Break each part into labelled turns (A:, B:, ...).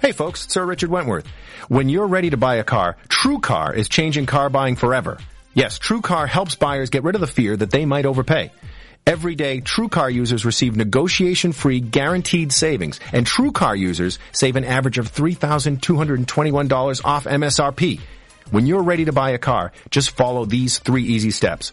A: Hey folks, Sir Richard Wentworth. When you're ready to buy a car, TrueCar is changing car buying forever. Yes, TrueCar helps buyers get rid of the fear that they might overpay. Every day, TrueCar users receive negotiation-free guaranteed savings, and TrueCar users save an average of $3,221 off MSRP. When you're ready to buy a car, just follow these three easy steps.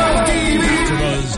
B: AfterBuzz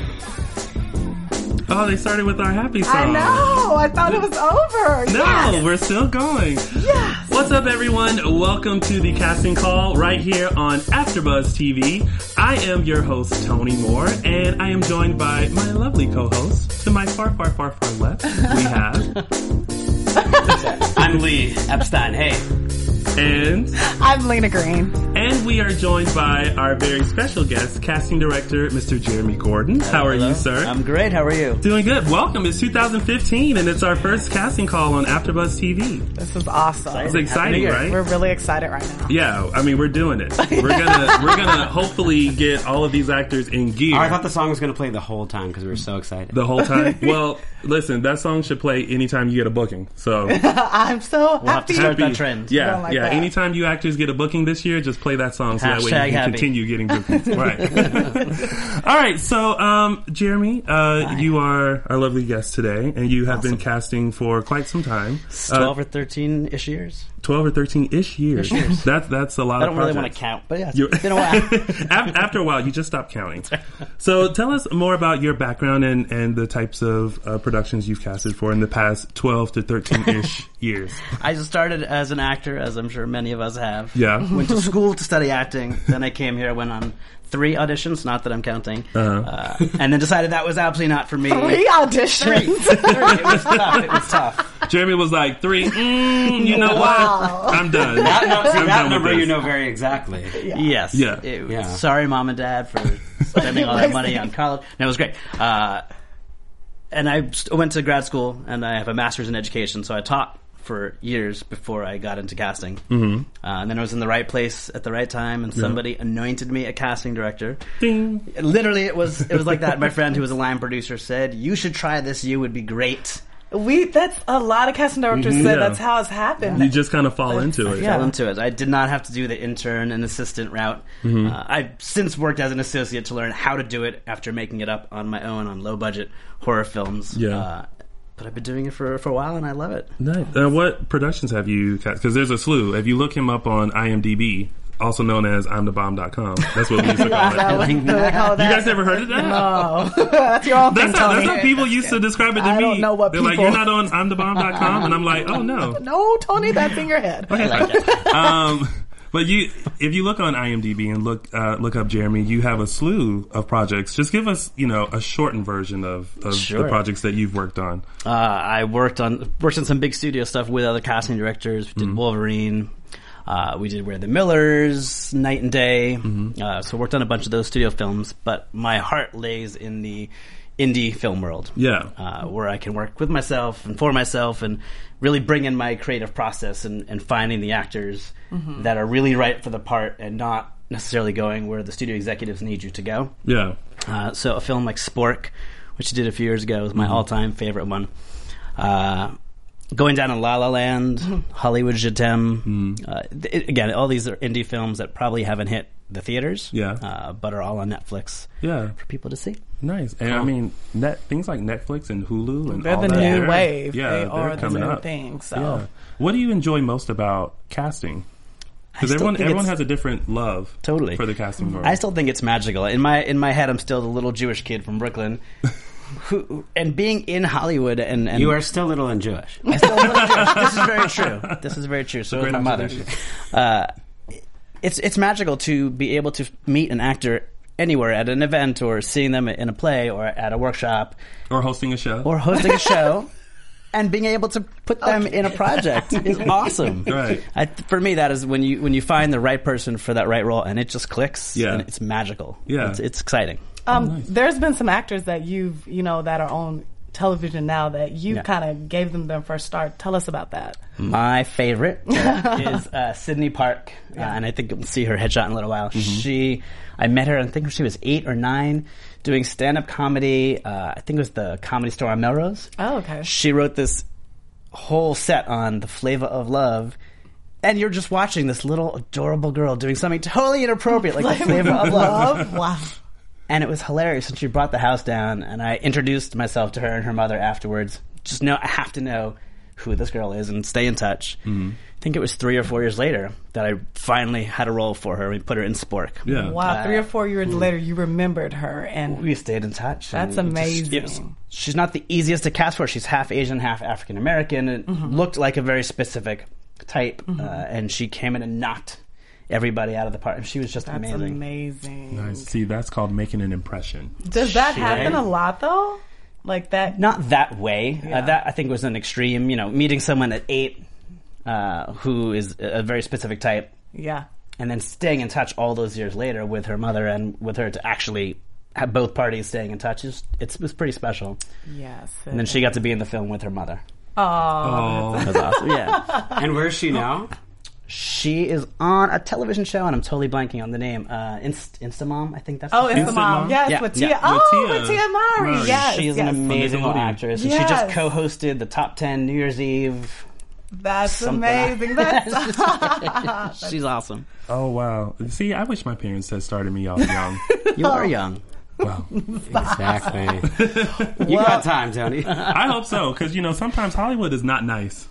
C: Oh, they started with our happy song.
D: I know. I thought it was over.
C: No,
D: Yes.
C: we're still going.
D: Yes.
C: What's up, everyone? Welcome to the casting call right here on AfterBuzz TV. I am your host, Tony Moore, and I am joined by my lovely co-host. To my far, far, far, far left, we have
E: I'm Lee Epstein. Hey,
C: and
D: I'm Lena Green.
C: and we are joined by our very special guest, casting director, Mr. Jeremy Gordon. How are you, sir?
E: I'm great. How are you?
C: Doing good. Welcome. It's 2015, and it's our first casting call on AfterBuzz TV.
D: This is awesome.
C: It's exciting,
E: Year.
C: right?
D: We're really excited right now.
C: Yeah, I mean we're doing it. We're gonna we're gonna hopefully get all of these actors in gear
E: I thought the song was going to play the whole time because we were so excited.
C: the whole time. Well, listen, that song should play anytime you get a booking. So
D: I'm so
E: have
D: happy.
E: to start that trend.
C: Yeah,
D: Don't like
C: yeah.
D: that.
C: Anytime you actors get a booking this year, just play that song so that way you
E: Hashtag
C: can
E: happy.
C: continue getting bookings. right. all right. So, um, Jeremy, uh, you are our lovely guest today, and you have been casting for quite some time. Uh,
E: Twelve or thirteen ish years.
C: 12 or 13 ish years.
E: years.
C: That, that's a lot
E: I
C: of
E: don't really want
C: projects.
E: to count, but yeah, it's
C: You-
E: been a while.
C: Af- After a while, you just stop counting. So tell us more about your background and, and the types of uh, productions you've casted for in the past 12 to 13 ish years.
E: I just started as an actor, as I'm sure many of us have.
C: Yeah.
E: Went to school to study acting. Then I came here, went on three auditions, not that I'm counting,
C: Uh-huh.
E: uh, and then decided that was absolutely not for me.
D: Three auditions.
E: it was tough. It was tough.
C: Jeremy was like, three, mm, you know what? I'm done. I'm done with this.
E: very exactly. Yes.
C: Yeah.
E: It-
C: Yeah.
E: Sorry, mom and dad, for spending all that money on college. No, it was great. Uh, and I st- went to grad school, and I have a master's in education, so I taught for years before I got into casting. Mm-hmm. Uh, and then I was in the right place at the right time, and somebody anointed me a casting director.
C: Ding.
E: Literally, it was it was like that. My friend, who was a line producer, said, "You should try this. You would be great."
D: we that's a lot of casting directors
C: Mhm.
D: said
C: Yeah.
D: that's how it's happened.
C: You just kind of fall into it.
D: Yeah.
E: fell into it. I did not have to do the intern and assistant route. Uh, I've since worked as an associate to learn how to do it after making it up on my own on low budget horror films.
C: Yeah.
E: Uh, but I've been doing it for, for a while and I love it.
C: Nice. Uh, what productions have you cast? Because there's a slew. If you look him up on IMDb, also known as I'mTheBomb.com, that's what we used to call it.
D: That was-
E: think-
D: they call
C: You
D: that-
C: guys ever heard of that?
D: Oh, that's your own
C: That's
D: thing,
C: how,
D: Tony.
C: that's how people used to describe it to
D: I
C: me.
D: don't know what
C: They're
D: people-
C: like, you're not on I'mTheBomb.com? And I'm like, oh no.
D: No, Tony, that's in your head.
E: I like it.
C: Um, but you, if you look on IMDb and look uh, look up Jeremy, you have a slew of projects. Just give us, you know, a shortened version of, of the
E: Sure.
C: projects that you've worked on.
E: uh, I worked on worked on some big studio stuff with other casting directors. We did Wolverine. Uh, we did Where the Millers, Night and Day. Uh, so worked on a bunch of those studio films. But my heart lays in the indie film world.
C: Yeah.
E: uh, where I can work with myself and for myself and really bring in my creative process and, and finding the actors that are really right for the part and not necessarily going where the studio executives need you to go.
C: Yeah.
E: Uh, so a
C: Mm-hmm.
E: film like Spork, which I did a few years ago, was my all-time favorite one. Uh, Going Down in La La Land,
C: Mm-hmm.
E: Hollywood Je T'aime. Uh, th- again, all these are indie films that probably haven't hit the theaters,
C: Yeah.
E: uh, but are all on Netflix
C: Yeah,
E: for people to see.
C: nice. And I mean, net things like Netflix and Hulu and
D: They're
C: all
D: the
C: that,
D: new
C: they're-
D: wave.
C: Yeah,
D: they
C: they're
D: are the
C: coming
D: new
C: up.
D: thing. So
C: Yeah. What do you enjoy most about casting? Because
E: still
C: everyone
E: think
C: everyone has
E: it's-
C: a different love
E: Totally.
C: for the casting
D: Mm-hmm.
C: role.
E: I still think it's magical. In my in my head, I'm still the little Jewish kid from Brooklyn, who and being in Hollywood and, and
F: You are still little and Jewish.
E: I still love Jewish. this is very true. This is very true. So is
C: great
E: my mother.
C: observation.
E: Uh, it's it's magical to be able to meet an actor anywhere at an event or seeing them in a play or at a workshop
C: or hosting a show.
E: or hosting a show. And being able to put them in a project is awesome.
C: Right.
E: I, for me, that is when you when you find the right person for that right role, and it just clicks.
C: Yeah.
E: and it's magical.
C: Yeah.
E: it's, it's exciting.
D: um,
C: Oh,
D: there's been some actors that you've you know that are on television now that you
E: Yeah.
D: kind of gave them their first start. Tell us about that.
C: Hmm.
E: My favorite is uh, Sydney Park, uh, and I think we'll see her headshot in a little while.
C: Mm-hmm.
E: She, I met her, I think she was eight or nine, doing stand-up comedy. Uh, I think it was the Comedy Store on Melrose.
D: Oh, okay.
E: She wrote this whole set on the flavor of love. And you're just watching this little adorable girl doing something totally inappropriate, like the flavor of love
D: wow.
E: and it was hilarious. And she brought the house down, and I introduced myself to her and her mother afterwards. Just know I have to know who this girl is and stay in touch. I think it was three or four years later that I finally had a role for her. We put her in Spork.
C: yeah.
D: Wow, three or four years later, you remembered her, and
E: We stayed in touch. and
D: That's
E: it just- it was-
D: amazing.
E: she's not the easiest to cast for. She's half Asian, half African American, and
D: Mm-hmm.
E: looked like a very specific type. Uh, and she came in and knocked everybody out of the park. And she was just
D: that's
E: amazing.
D: amazing.
C: Nice. See, that's called making an impression.
D: Does that
E: Shit.
D: happen a lot though? Like that?
E: not that way. Uh, that I think was an extreme. You know, meeting someone at eight uh, who is a a very specific type,
D: Yeah.
E: and then staying in touch all those years later with her mother and with her to actually have both parties staying in touch is it's, was pretty special.
D: Yes.
E: And then she got to be in the film with her mother.
C: Oh,
E: That was awesome. yeah,
F: And where is she now?
E: she is on a television show, and I'm totally blanking on the name. Uh, Inst- Instamom, I think that's.
D: Oh,
E: the-
D: it's the mom.
C: Mom?
D: Yes,
E: Yeah,
D: with
E: yeah.
D: Tia. Oh,
C: With
D: with
C: Tia
D: Tia Mari.
C: Mari.
D: Yes,
E: She is
D: yes.
E: an amazing
C: Nickelodeon.
E: actress, and she just
D: Yes.
E: co-hosted the top ten New Year's Eve.
D: That's
E: something.
D: amazing. That's
E: She's awesome.
C: oh wow. See, I wish my parents had started me off young.
E: You are young.
C: wow.
F: Exactly. you got time, Tony.
C: I hope so, because you know sometimes Hollywood is not nice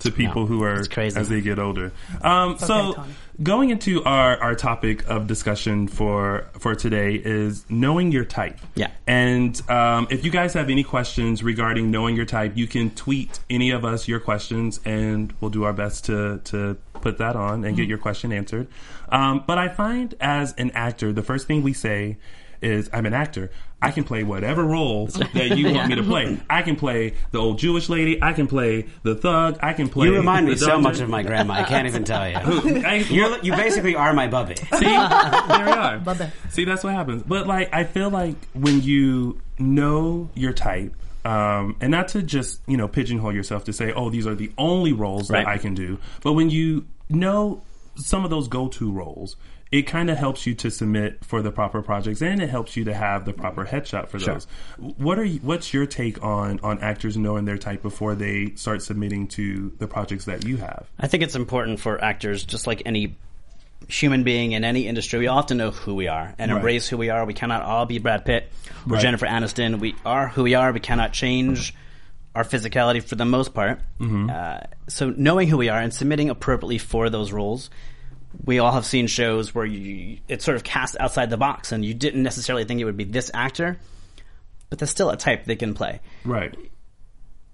C: to people who are
E: crazy.
C: as they get older. Um, so
D: Tony.
C: going into our, our topic of discussion for for today is knowing your type.
E: Yeah.
C: And um, if you guys have any questions regarding knowing your type, you can tweet any of us your questions, and we'll do our best to to put that on and get
F: Mm-hmm.
C: your question answered. Um, but I find as an actor, the first thing we say is, "I'm an actor. I can play whatever role that you want me to play. I can play the old Jewish lady. I can play the thug. I can play."
F: You remind me
C: the
F: so
C: doctor."
F: much of my grandma. I can't even tell you.
C: I-
F: You're, you basically are my bubby.
C: See, there we are. See, that's what happens. But like, I feel like when you know your type, um, and not to just you know pigeonhole yourself to say, oh, these are the only roles
E: Right.
C: that I can do. But when you know some of those go-to roles. It kind of helps you to submit for the proper projects, and it helps you to have the proper headshot for those. What are you, what's your take on on actors knowing their type before they start submitting to the projects that you have?
E: I think it's important for actors, just like any human being in any industry, we all have to know who we are and
C: Right.
E: embrace who we are. We cannot all be Brad Pitt or
C: Right.
E: Jennifer Aniston. We are who we are. We cannot change our physicality for the most part.
C: Mm-hmm.
E: Uh, so knowing who we are and submitting appropriately for those roles. We all have seen shows where you it sort of cast outside the box, and you didn't necessarily think it would be this actor, but that's still a type they can play.
C: Right.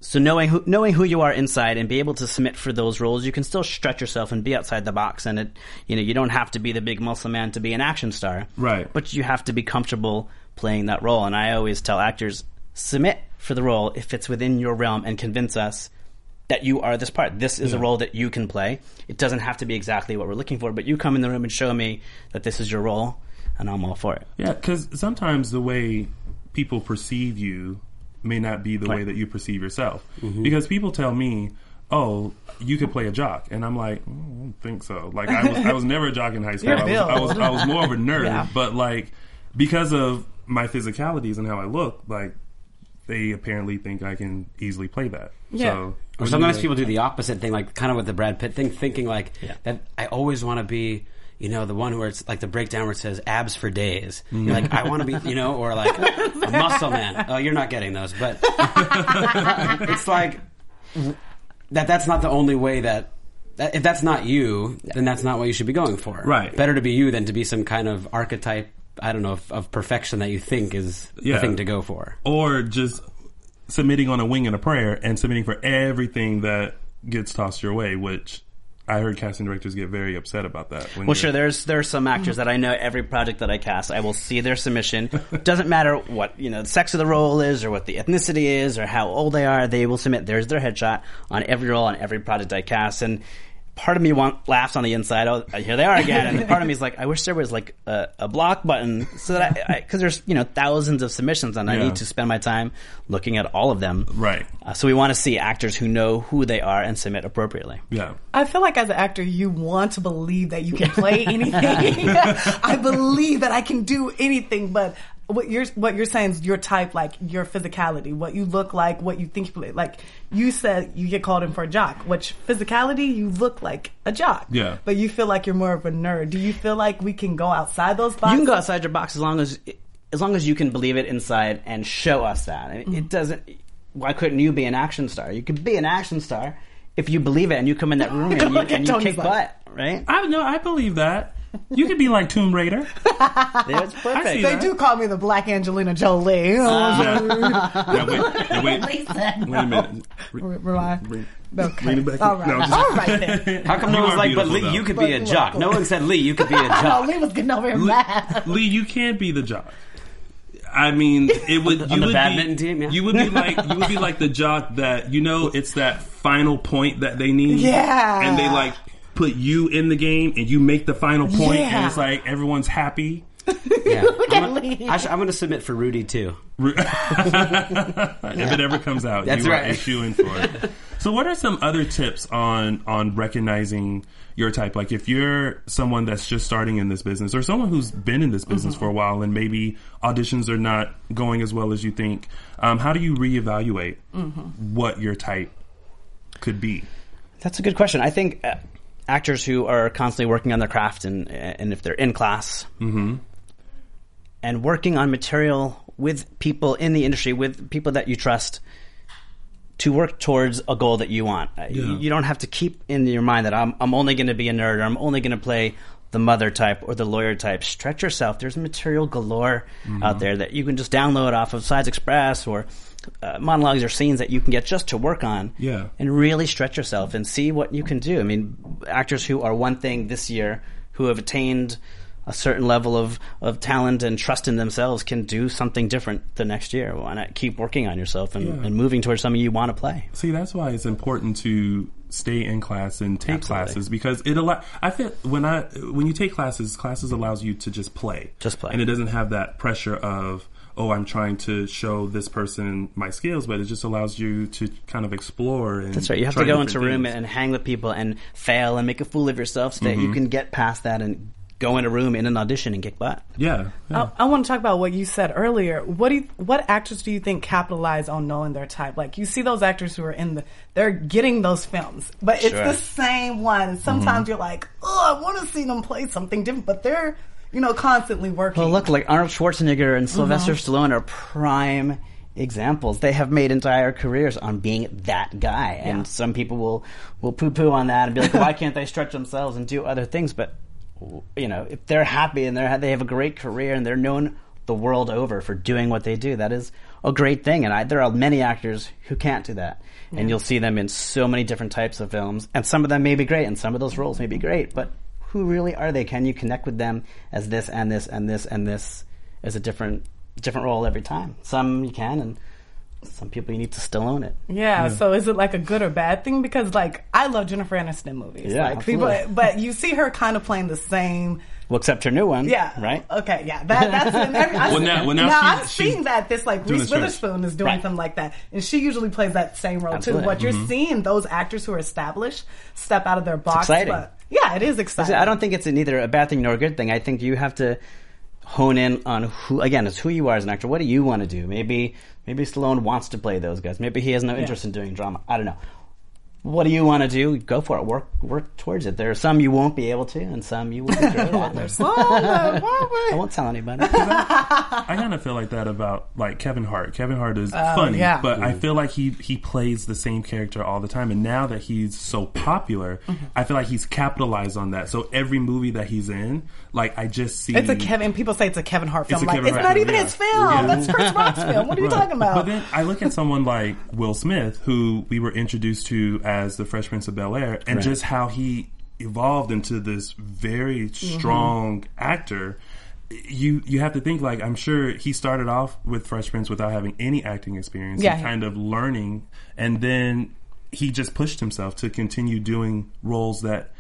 E: So knowing who, knowing who you are inside and be able to submit for those roles, you can still stretch yourself and be outside the box. And it, you know, you don't have to be the big muscle man to be an action star,
C: Right.
E: But you have to be comfortable playing that role. And I always tell actors submit for the role if it's within your realm and convince us that you are this part. This is a role that you can play. It doesn't have to be exactly what we're looking for, but you come in the room and show me that this is your role, and I'm all for it.
C: Yeah, because sometimes the way people perceive you may not be the way that you perceive yourself.
D: Mm-hmm.
C: Because people tell me, "Oh, you could play a jock," and I'm like, "Mm, "I don't think so." Like I was, I was never a jock in high school.
D: You're
C: I was, I
D: built.
C: was, I was more of a nerd.
D: Yeah.
C: But like because of my physicalities and how I look, like they apparently think I can easily play that.
D: Yeah.
C: So
F: Or sometimes people do the opposite thing, like kind of with the Brad Pitt thing, thinking like that. I always want to be, you know, the one where it's like the breakdown where it says abs for days. You're like I want to be, you know, or like a muscle man. Oh, you're not getting those, but it's like that. That's not the only way that. that- If that's not you, then that's not what you should be going for.
C: Right.
F: Better to be you than to be some kind of archetype. I don't know of, of perfection that you think is
C: Yeah.
F: the thing to go for.
C: or just submitting on a wing and a prayer and submitting for everything that gets tossed your way, which I heard casting directors get very upset about that. When Mm-hmm.
E: Well,
C: they're-
E: sure. There's there are some actors that I know. Every project that I cast, I will see their submission. Doesn't matter what you know, the sex of the role is, or what the ethnicity is, or how old they are. They will submit. There's their headshot on every role on every project I cast. And part of me want, laughs on the inside. Oh, here they are again. And part of me is like, I wish there was like a, a block button so that I because there's you know thousands of submissions and I
C: Yeah.
E: need to spend my time looking at all of them.
C: Right.
E: Uh, so we want to see actors who know who they are and submit appropriately.
C: Yeah.
D: I feel like as an actor, you want to believe that you can play anything. I believe that I can do anything, but what you're what you're saying is your type, like your physicality, what you look like, what you think you play. Like you said, you get called in for a jock, which physicality you look like a jock.
C: Yeah.
D: but you feel like you're more of a nerd. Do you feel like we can go outside those boxes?
E: You can go outside your box as long as as long as you can believe it inside and show us that. I mean,
D: Mm-hmm.
E: It doesn't. Why couldn't you be an action star? You could be an action star if you believe it and you come in that room and you,
D: Look at
E: and you
D: Tony's
E: kick
D: laugh.
E: butt, right?
C: I no, I believe that. You could be like Tomb Raider.
E: That's
C: see
E: perfect.
D: They do call me the Black Angelina Jolie.
C: Yeah. Now, wait, now, wait, wait a minute. Re-
D: Rely.
C: lean
D: Okay.
C: it back.
D: All right.
C: No, just-
D: All right then.
F: How come no
C: You
F: one's
C: are
F: like, but
C: beautiful,
F: Lee,
C: though.
F: you could
D: But
F: be a
D: you are
F: jock.
D: cool.
F: No one said Lee, you could be a
D: Oh,
F: jock.
D: Lee was getting over here
C: Lee-
D: mad.
C: Lee, you can't be the jock. I mean, it would you
F: on the
C: would
F: badminton
C: be,
F: team, yeah.
C: You would be like you would be like the jock that you know it's that final point that they need.
D: Yeah.
C: and they like put you in the game and you make the final point, and
D: Yeah.
C: it's like everyone's happy.
F: Yeah.
D: at
F: I'm,
D: Lee.
F: gonna, I should- I'm gonna submit for Rudy too.
C: if it ever comes out,
F: That's
C: you
F: right.
C: are issuing for it. so, what are some other tips on on recognizing your type? Like, if you're someone that's just starting in this business, or someone who's been in this
F: Mm-hmm.
C: business for a while, and maybe auditions are not going as well as you think, um, how do you reevaluate
F: Mm-hmm.
C: what your type could be?
E: That's a good question. I think uh, actors who are constantly working on their craft and and if they're in class and working on material with people in the industry, with people that you trust, to work towards a goal that you want. Uh, You, you don't have to keep in your mind that I'm I'm only going to be a nerd or I'm only going to play the mother type or the lawyer type. Stretch yourself. There's material galore out there that you can just download off of Sides Express or. Uh, monologues or scenes that you can get just to work on
C: Yeah.
E: and really stretch yourself and see what you can do. I mean, actors who are one thing this year, who have attained a certain level of, of talent and trust in themselves, can do something different the next year. Why not keep working on yourself and, and moving towards something you want to play?
C: See, that's why it's important to stay in class and take
E: Absolutely.
C: classes because it allow. I feel when I when you take classes, classes allows you to just play,
E: Just play.
C: and it doesn't have that pressure of oh, I'm trying to show this person my skills, but it just allows you to kind of explore. And
E: That's right. You have to
C: try
E: go
C: different
E: into a room
C: things.
E: and hang with people and fail and make a fool of yourself so that you can get past that and go in a room in an audition and kick butt.
C: yeah, yeah.
D: I, I want to talk about what you said earlier. What do you, what actors do you think capitalize on knowing their type? Like you see those actors who are in the, they're getting those films, but it's
E: Sure.
D: the same one. And sometimes you're like, oh, I want to see them play something different, but they're you know constantly working.
E: Well, look, like Arnold Schwarzenegger and Sylvester Stallone are prime examples. They have made entire careers on being that guy, and some people will will poo poo on that and be like, "Why can't they stretch themselves and do other things?" But you know, if they're happy and they're they have a great career and they're known the world over for doing what they do, that is a great thing. And I, there are many actors who can't do that, and you'll see them in so many different types of films. And some of them may be great, and some of those roles may be great, but who really are they? Can you connect with them as this and this and this and this as a different different role every time? Some you can, and some people you need to still own it.
D: Yeah, so is it like a good or bad thing? Because like I love Jennifer Aniston movies.
E: Yeah,
D: like people,
E: absolutely.
D: but you see her kind of playing the same.
E: We'll accept your new one,
D: Yeah. Uh,
E: right?
D: Okay. Yeah. That, that's an, every, I,
C: Well, now- well, now
D: I'm
C: she's-
D: seeing
C: she's
D: that this like
C: doing
D: Reese
C: the search.
D: Witherspoon is doing
E: Right.
D: something like that, and she usually plays that same role
E: Absolutely.
D: too. What
C: Mm-hmm.
D: you're seeing those actors who are established step out of their box.
E: exciting.
D: But yeah, it is
E: See,
D: exciting.
E: I don't think it's neither a bad thing nor a good thing. I think you have to hone in on who again it's who you are as an actor. What do you want to do? Maybe maybe Stallone wants to play those guys. Maybe he has no interest in doing drama. I don't know. What do you want to do? Go for it. Work work towards it. There are some you won't be able to, and some you will be great at. There's-
D: Oh, what
E: I
D: would-
E: won't tell anybody.
C: I kind of feel like that about like Kevin Hart. Kevin Hart is funny,
D: Oh, yeah.
C: but I feel like he he plays the same character all the time. And now that he's so popular,
D: Mm-hmm.
C: I feel like he's capitalized on that. So every movie that he's in, like I just see
D: It's a Kevin. People say it's a Kevin Hart film.
C: a
D: like
C: Kevin
D: it's
C: Hart
D: not
C: film,
D: even
C: yeah.
D: his film.
C: Yeah.
D: That's Chris Rock's film. What are you
C: Right.
D: talking about?
C: But then I look at someone like Will Smith, who we were introduced to as the Fresh Prince of Bel Air, and just how he evolved into this very strong actor. You you have to think like I'm sure he started off with Fresh Prince without having any acting experience,
D: Yeah.
C: and kind of learning, and then he just pushed himself to continue doing roles that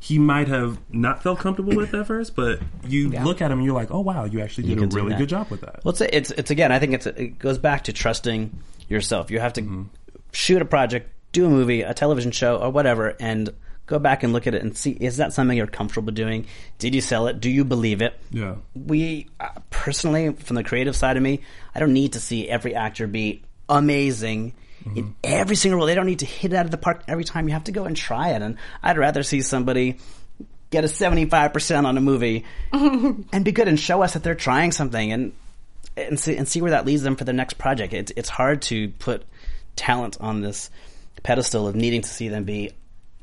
C: he might have not felt comfortable with at first. But you look at him, and you're like, oh wow, you actually did a
E: can do
C: really
E: that.
C: good job with that.
E: Well, it's, it's it's again. I think it's it goes back to trusting yourself. You have to shoot a project, do a movie, a television show, or whatever, and go back and look at it and see is that something you're comfortable doing? Did you sell it? Do you believe it?
C: Yeah.
E: We uh, personally, from the creative side of me, I don't need to see every actor be amazing. In every single role, they don't need to hit it out of the park every time. You have to go and try it, and I'd rather see somebody get a seventy-five percent on a movie and be good and show us that they're trying something and and see and see where that leads them for their next project. It's it's hard to put talent on this pedestal of needing to see them be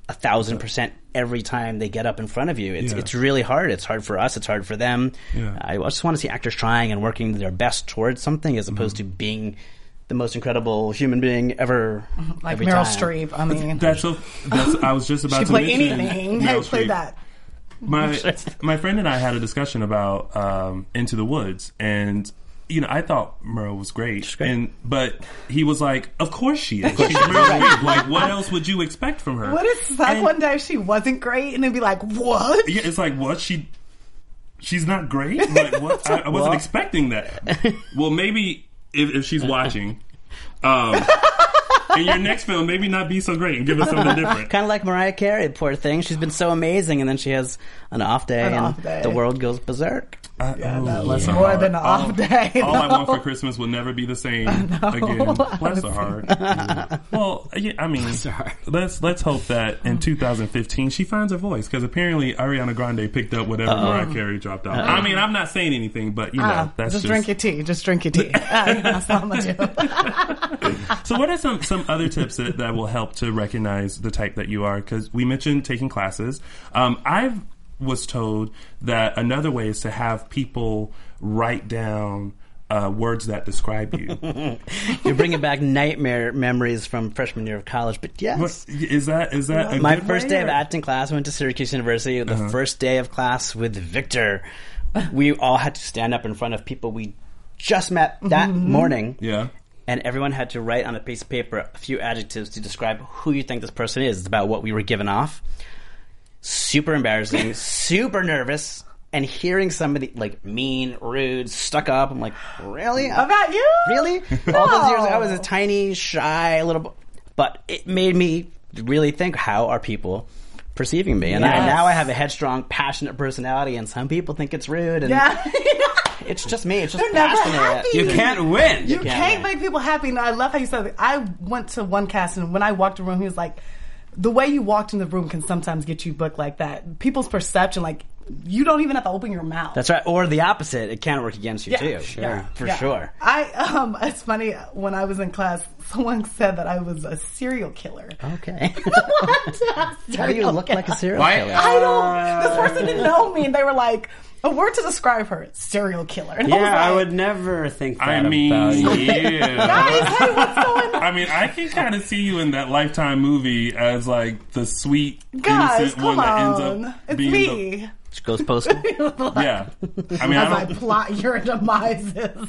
E: a thousand percent every time they get up in front of you. It's
C: Yeah.
E: it's really hard. It's hard for us. It's hard for them.
C: Yeah.
E: I just want to see actors trying and working their best towards something as opposed
D: Mm-hmm.
E: to being the most incredible human being ever.
D: Mm-hmm. like
E: every
D: Meryl
E: time.
D: Streep. I mean,
C: That's so. That's, I was just about
D: she
C: to
D: play
C: mention
D: anything.
C: Meryl
D: Hey, play
C: Streep.
D: that.
C: My my friend and I had a discussion about um, Into the Woods, and you know I thought Merle was great,
E: great.
C: and but he was like, "Of course she is. She's Meryl Streep. Like, what else would you expect from her?"
D: What if Zach
C: And-
D: one day if she wasn't great and then be like, what?
C: Yeah, it's like what she. She's not great. Like what? I, I wasn't expecting that. Well, maybe if, if she's watching, um, in your next film, maybe not be so great and give us something different.
E: Kind of like Mariah Carey, poor thing. She's been so amazing, and then she has an off day, and
D: off day.
E: the world goes berserk.
C: I, oh,
D: was
C: bless her
D: more
C: heart.
D: than an
C: all,
D: off day,
C: All I
D: though.
C: want for Christmas will never be the same again. Bless her heart. well, yeah, I mean, let's let's hope that
D: Uh-huh.
C: in 2015 she finds her voice because apparently Ariana Grande picked up whatever Mariah Carey dropped out. I mean, I'm not saying anything, but you know,
D: Ah,
C: that's
D: just
C: just,
D: drink your tea. Just drink your tea. Ah, yeah, that's all I'm gonna do.
C: So, what are some some other tips that, that will help to recognize the type that you are? Because we mentioned taking classes. Um, I've was told that another way is to have people write down uh, words that describe you.
E: You're bringing back nightmare memories from freshman year of college, but yes.
C: What, is that is that a
E: My
C: good Uh-huh.
E: first
C: way,
E: day of
C: or-
E: acting class, I went to Syracuse University. The first day of class with Victor, we all had to stand up in front of people we just met that
D: Mm-hmm.
E: morning.
C: Yeah.
E: And everyone had to write on a piece of paper a few adjectives to describe who you think this person is. It's about what we were given off. Super embarrassing, super nervous, and hearing somebody like mean, rude, stuck up. I'm like, really?
D: About you?
E: Really? All those years ago, I was a tiny, shy little, bo- but it made me really think: How are people perceiving me? And I,
D: Yes.
E: now I have a headstrong, passionate personality, and some people think it's rude. And
D: Yeah.
E: it's just me. It's just
D: They're never
E: passionate.
D: happy.
F: You can't win.
D: You
E: Yeah.
D: can't make people happy. And I love how you said that. I went to one cast, and when I walked the room, he was like, "The way you walked in the room can sometimes get you booked like that. People's perception, like you don't even have to open your mouth."
E: That's right. Or the opposite. It can work against you too. for
D: yeah.
E: sure.
D: I um, it's funny when I was in class, someone said that I was a serial killer.
E: Okay. Oh. How do you look like a serial killer?
D: I don't. This person didn't know me, and they were like, "A word to describe her: serial killer." And
F: Yeah, I
D: I was
F: would never think that
C: I
F: about
C: mean,
F: you.
C: yeah.
D: like, "Hey, what's going on?"
C: I mean, I can kind of see you in that Lifetime movie as like the sweet,
D: Guys,
C: innocent one
D: come
C: that
D: on!
C: ends up
D: It's
C: being
D: me.
E: Just goes postal.
C: The, yeah, I mean,
D: As
C: I
D: I
C: don't.
D: plot your demises.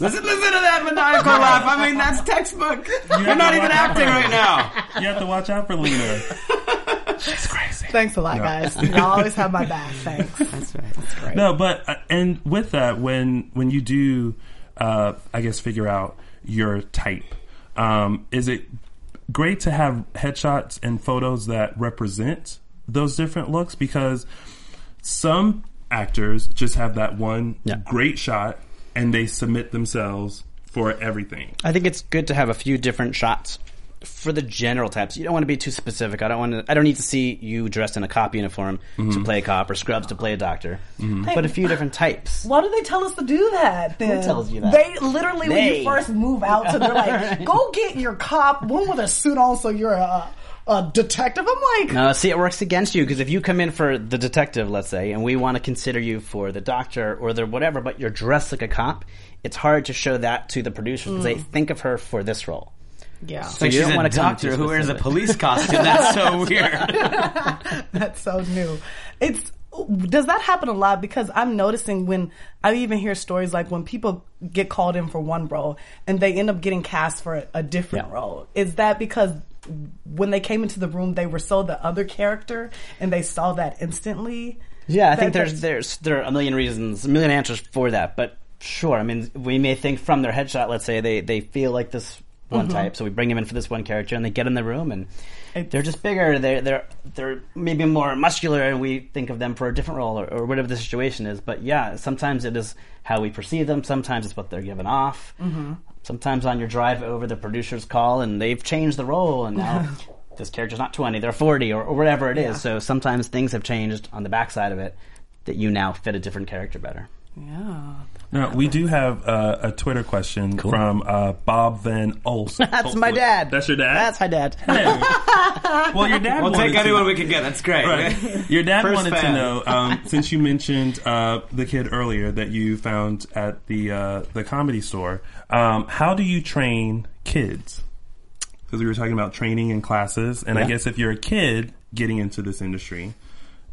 F: Listen, listen to that maniacal laugh. I mean, that's textbook. You're not even acting right now.
C: You have to watch out for Lena. She's crazy.
D: Thanks a lot, guys. You always have my back. Thanks. That's right. That's great.
C: No, but uh, and with that, when when you do, uh, I guess figure out your type. Um, is it great to have headshots and photos that represent those different looks? Because some actors just have that one
E: Yeah.
C: great shot and they submit themselves for everything.
E: I think it's good to have a few different shots for the general types. You don't want to be too specific. I don't want to. I don't need to see you dressed in a cop uniform to play a cop or scrubs to play a doctor. But a few different types.
D: Why do they tell us to do that? Then?
E: tells you that?
D: They literally, when
E: They.
D: you first move out, to they're like, "Go get your cop one with a suit on, so you're a, a detective." I'm like,
E: Uh, see, it works against you because if you come in for the detective, let's say, and we want to consider you for the doctor or the whatever, but you're dressed like a cop, it's hard to show that to the producers and say, "Think of her for this role."
D: yeah,
E: So you
F: she's
E: don't
F: a
E: want to
F: doctor who wears a police costume. That's so weird.
D: that's so new. It's does that happen a lot? Because I'm noticing when I even hear stories like when people get called in for one role and they end up getting cast for a different
E: Yeah.
D: role. Is that because when they came into the room, they were so the other character and they saw that instantly?
E: Yeah, I
D: That-
E: think there's
D: that's-
E: there's there are a million reasons, a million answers for that. But sure, I mean, we may think from their headshot, let's say they they feel like this one type, so we bring them in for this one character, and they get in the room, and they're just bigger, they're they're they're maybe more muscular, and we think of them for a different role or, or whatever the situation is. But yeah, sometimes it is how we perceive them. Sometimes it's what they're giving off. Sometimes on your drive over, the producers call and they've changed the role, and now this character's not 20, they're 40, or, or whatever it is. So sometimes things have changed on the backside of it that you now fit a different character better.
D: Yeah.
C: Now, we do have uh, a Twitter question from uh, Bob Van Olst.
E: That's my dad.
C: That's your dad?
E: That's my dad.
C: Hey. well, your dad
F: We'll
C: wanted
F: take
C: to-
F: anyone we can get. That's great.
C: Right. Your dad
F: First
C: wanted to
F: fan.
C: know um, since you mentioned uh, the kid earlier that you found at the uh, the comedy store. Um, how do you train kids? Because we were talking about training and classes, and I
E: Yeah.
C: guess if you're a kid getting into this industry,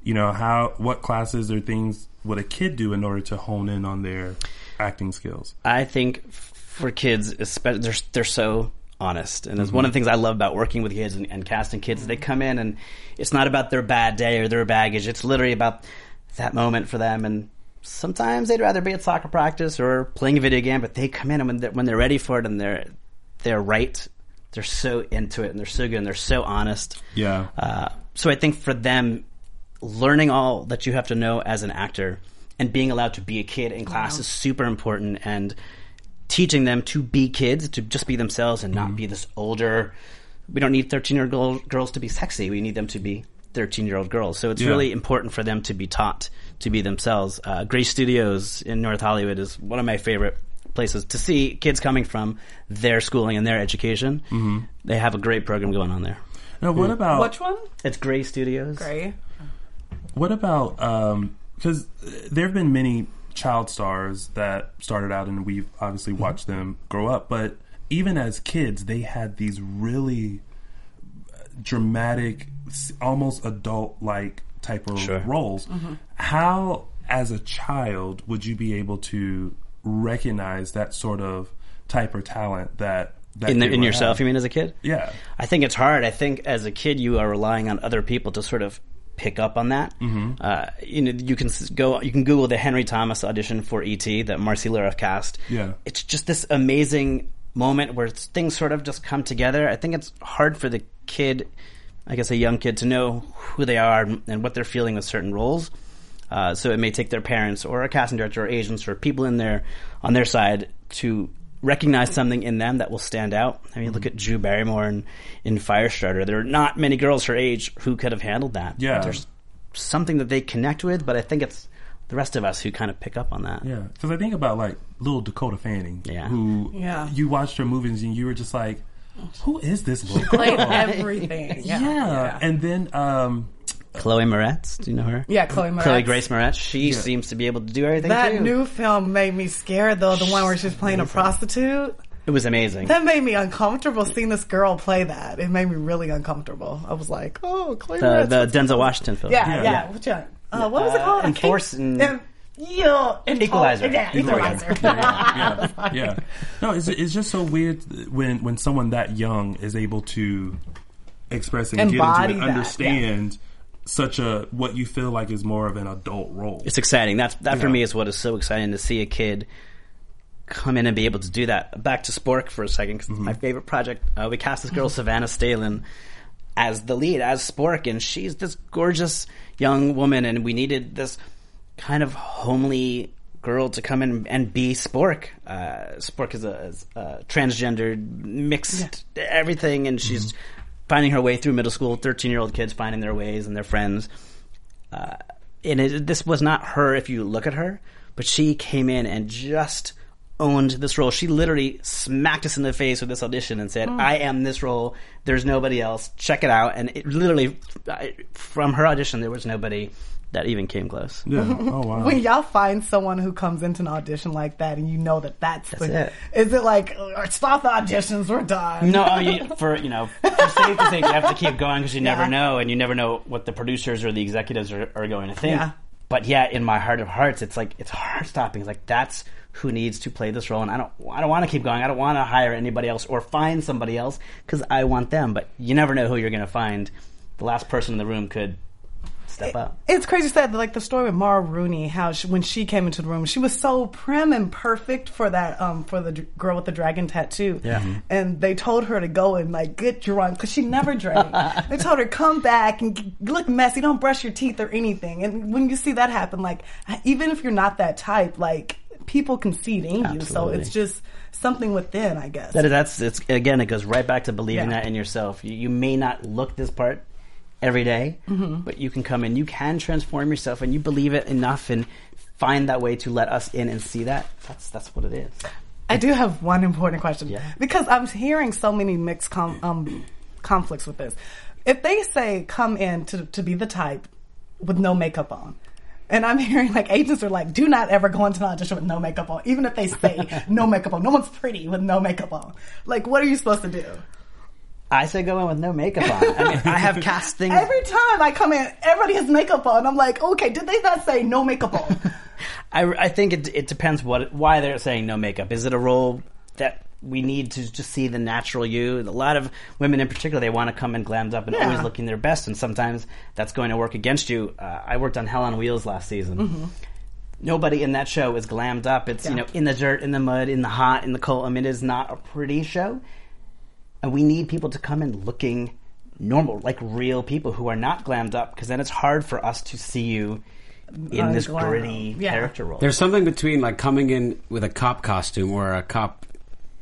C: you know how what classes or things would a kid do in order to hone in on their acting skills?
E: I think f- for kids, especially, they're, they're so honest. And it's one of the things I love about working with kids and, and casting kids. They come in and it's not about their bad day or their baggage. It's literally about that moment for them. And sometimes they'd rather be at soccer practice or playing a video game, but they come in and when they're, when they're ready for it and they're, they're right, they're so into it and they're so good and they're so honest.
C: Yeah.
E: Uh, so I think for them, learning all that you have to know as an actor and being allowed to be a kid in class is super important and teaching them to be kids to just be themselves and not be this older we don't need 13 year old girls to be sexy we need them to be 13 year old girls so it's
C: Yeah.
E: really important for them to be taught to be themselves uh, grace studios in north hollywood is one of my favorite places to see kids coming from their schooling and their education mm-hmm. they have a great program going on there
C: Now,
F: Hmm.
C: what about
D: Which one?
E: it's gray studios
D: Gray.
C: What about because there have been many child stars that started out, and we've obviously
E: Mm-hmm.
C: watched them grow up. But even as kids, they had these really dramatic, s- almost adult-like type of
E: Sure.
C: roles. How, as a child, would you be able to recognize that sort of type or talent that, that
E: in, the,
C: they
E: in
C: were
E: yourself
C: having?
E: you mean as a kid
C: Yeah.
E: I think it's hard. I think as a kid, you are relying on other people to sort of pick up on that.
C: Mm-hmm.
E: Uh, you know, you can s- go, you can Google the Henry Thomas audition for ET that Marcy Lara cast.
C: Yeah.
E: it's just this amazing moment where it's- things sort of just come together. I think it's hard for the kid, I guess a young kid, to know who they are and and what they're feeling with certain roles. Uh, so it may take their parents or a casting director or agents or people in there on their side to recognize something in them that will stand out. I mean, look
C: Mm-hmm.
E: at Drew Barrymore in, in Firestarter. There are not many girls her age who could have handled that.
C: Yeah.
E: But There's something that they connect with, but I think it's the rest of us who kind of pick up on that.
C: Yeah, because I think about like little Dakota Fanning,
E: Yeah.
C: who
D: Yeah.
C: you watched her movies and you were just like, who is this little girl?
D: Played everything. Yeah.
C: yeah. and then um,
E: Chloe Moretz, do you know her?
D: Yeah, Chloe Moretz.
E: Chloe Grace Moretz. She seems to be able to do everything
D: That
E: too.
D: new film made me scared though, the one where she's playing a prostitute.
E: it was amazing.
D: That made me uncomfortable seeing this girl play that. It made me really uncomfortable. I was like, oh, Chloe
E: the,
D: Moretz.
E: the Denzel Washington film.
D: yeah,
C: Yeah.
D: yeah, Which one? Uh, what was it called? I can't-
E: Enforce and-
D: Em- yeah, Enfor-
E: Equalizer.
D: Yeah, equalizer.
C: yeah, yeah, yeah. No, it's it's just so weird when when someone that young is able to express and
D: Embody
C: get into it,
D: that,
C: understand such a what you feel like is more of an adult role.
E: it's exciting. That's that for
C: Yeah.
E: me is what is so exciting to see a kid come in and be able to do that. Back to Spork for a second because my favorite project. Uh, we cast this girl Savannah Stalin as the lead as Spork, and she's this gorgeous young woman, and we needed this kind of homely girl to come in and be Spork. Uh, Spork is a, is a transgendered, mixed everything, and she's finding her way through middle school. Thirteen-year-old kids finding their ways and their friends. Uh, and it, this was not her if you look at her, but she came in and just owned this role. She literally smacked us in the face with this audition and said, "I am this role. There's nobody else. Check it out." And it literally, I, from her audition, there was nobody that even came close.
C: Yeah. Oh wow.
D: When y'all find someone who comes into an audition like that, and you know that that's, the,
E: it.
D: is it like uh, stop the auditions, we're done?
E: No, I mean, for you know, for safety sake, you have to keep going because you never
D: Yeah.
E: know, and you never know what the producers or the executives are, are going to think.
D: Yeah.
E: But yeah, in my heart of hearts, it's like it's heart stopping. It's like that's who needs to play this role, and I don't, I don't want to keep going. I don't want to hire anybody else or find somebody else because I want them. But you never know who you're going to find. The last person in the room could step up.
D: It's crazy sad, like the story with Mara Rooney, how she, when she came into the room, she was so prim and perfect for that, um, for the d- girl with the dragon tattoo. Yeah. And they told her to go and like get drunk because she never drank. they told her come back and g- look messy, don't brush your teeth or anything. And when you see that happen, like even if you're not that type, like people can see it in you. So
E: Absolutely.
D: it's just something within, I guess.
E: That that's it's again. It goes right back to believing
D: Yeah.
E: that in yourself. You, you may not look this part every day, but you can come in. You can transform yourself, and you believe it enough, and find that way to let us in and see that. That's that's what it is.
D: I do have one important question
E: Yeah.
D: because I'm hearing so many mixed com- um, conflicts with this. If they say come in to, to be the type with no makeup on, and I'm hearing like agents are like, do not ever go into an audition with no makeup on, even if they say no makeup on. No one's pretty with no makeup on. Like, what are you supposed to do?
E: I say go in with no makeup on. I mean, I have cast things.
D: Every time I come in, everybody has makeup on. I'm like, okay, did they not say no makeup on?
E: I, I think it it depends what why they're saying no makeup. Is it a role that we need to just see the natural you? A lot of women in particular, they want to come in glammed up and
D: Yeah.
E: always looking their best, and sometimes that's going to work against you. Uh, I worked on Hell on Wheels last season. Nobody in that show is glammed up. It's you
D: Mm-hmm. Yeah.
E: know in the dirt, in the mud, in the hot, in the cold. I mean, it is not a pretty show, and we need people to come in looking normal, like real people who are not glammed up, because then it's hard for us to see you in this
D: Unglammed.
E: gritty
D: Uh, Yeah.
E: character role.
F: There's something between like coming in with a cop costume or a cop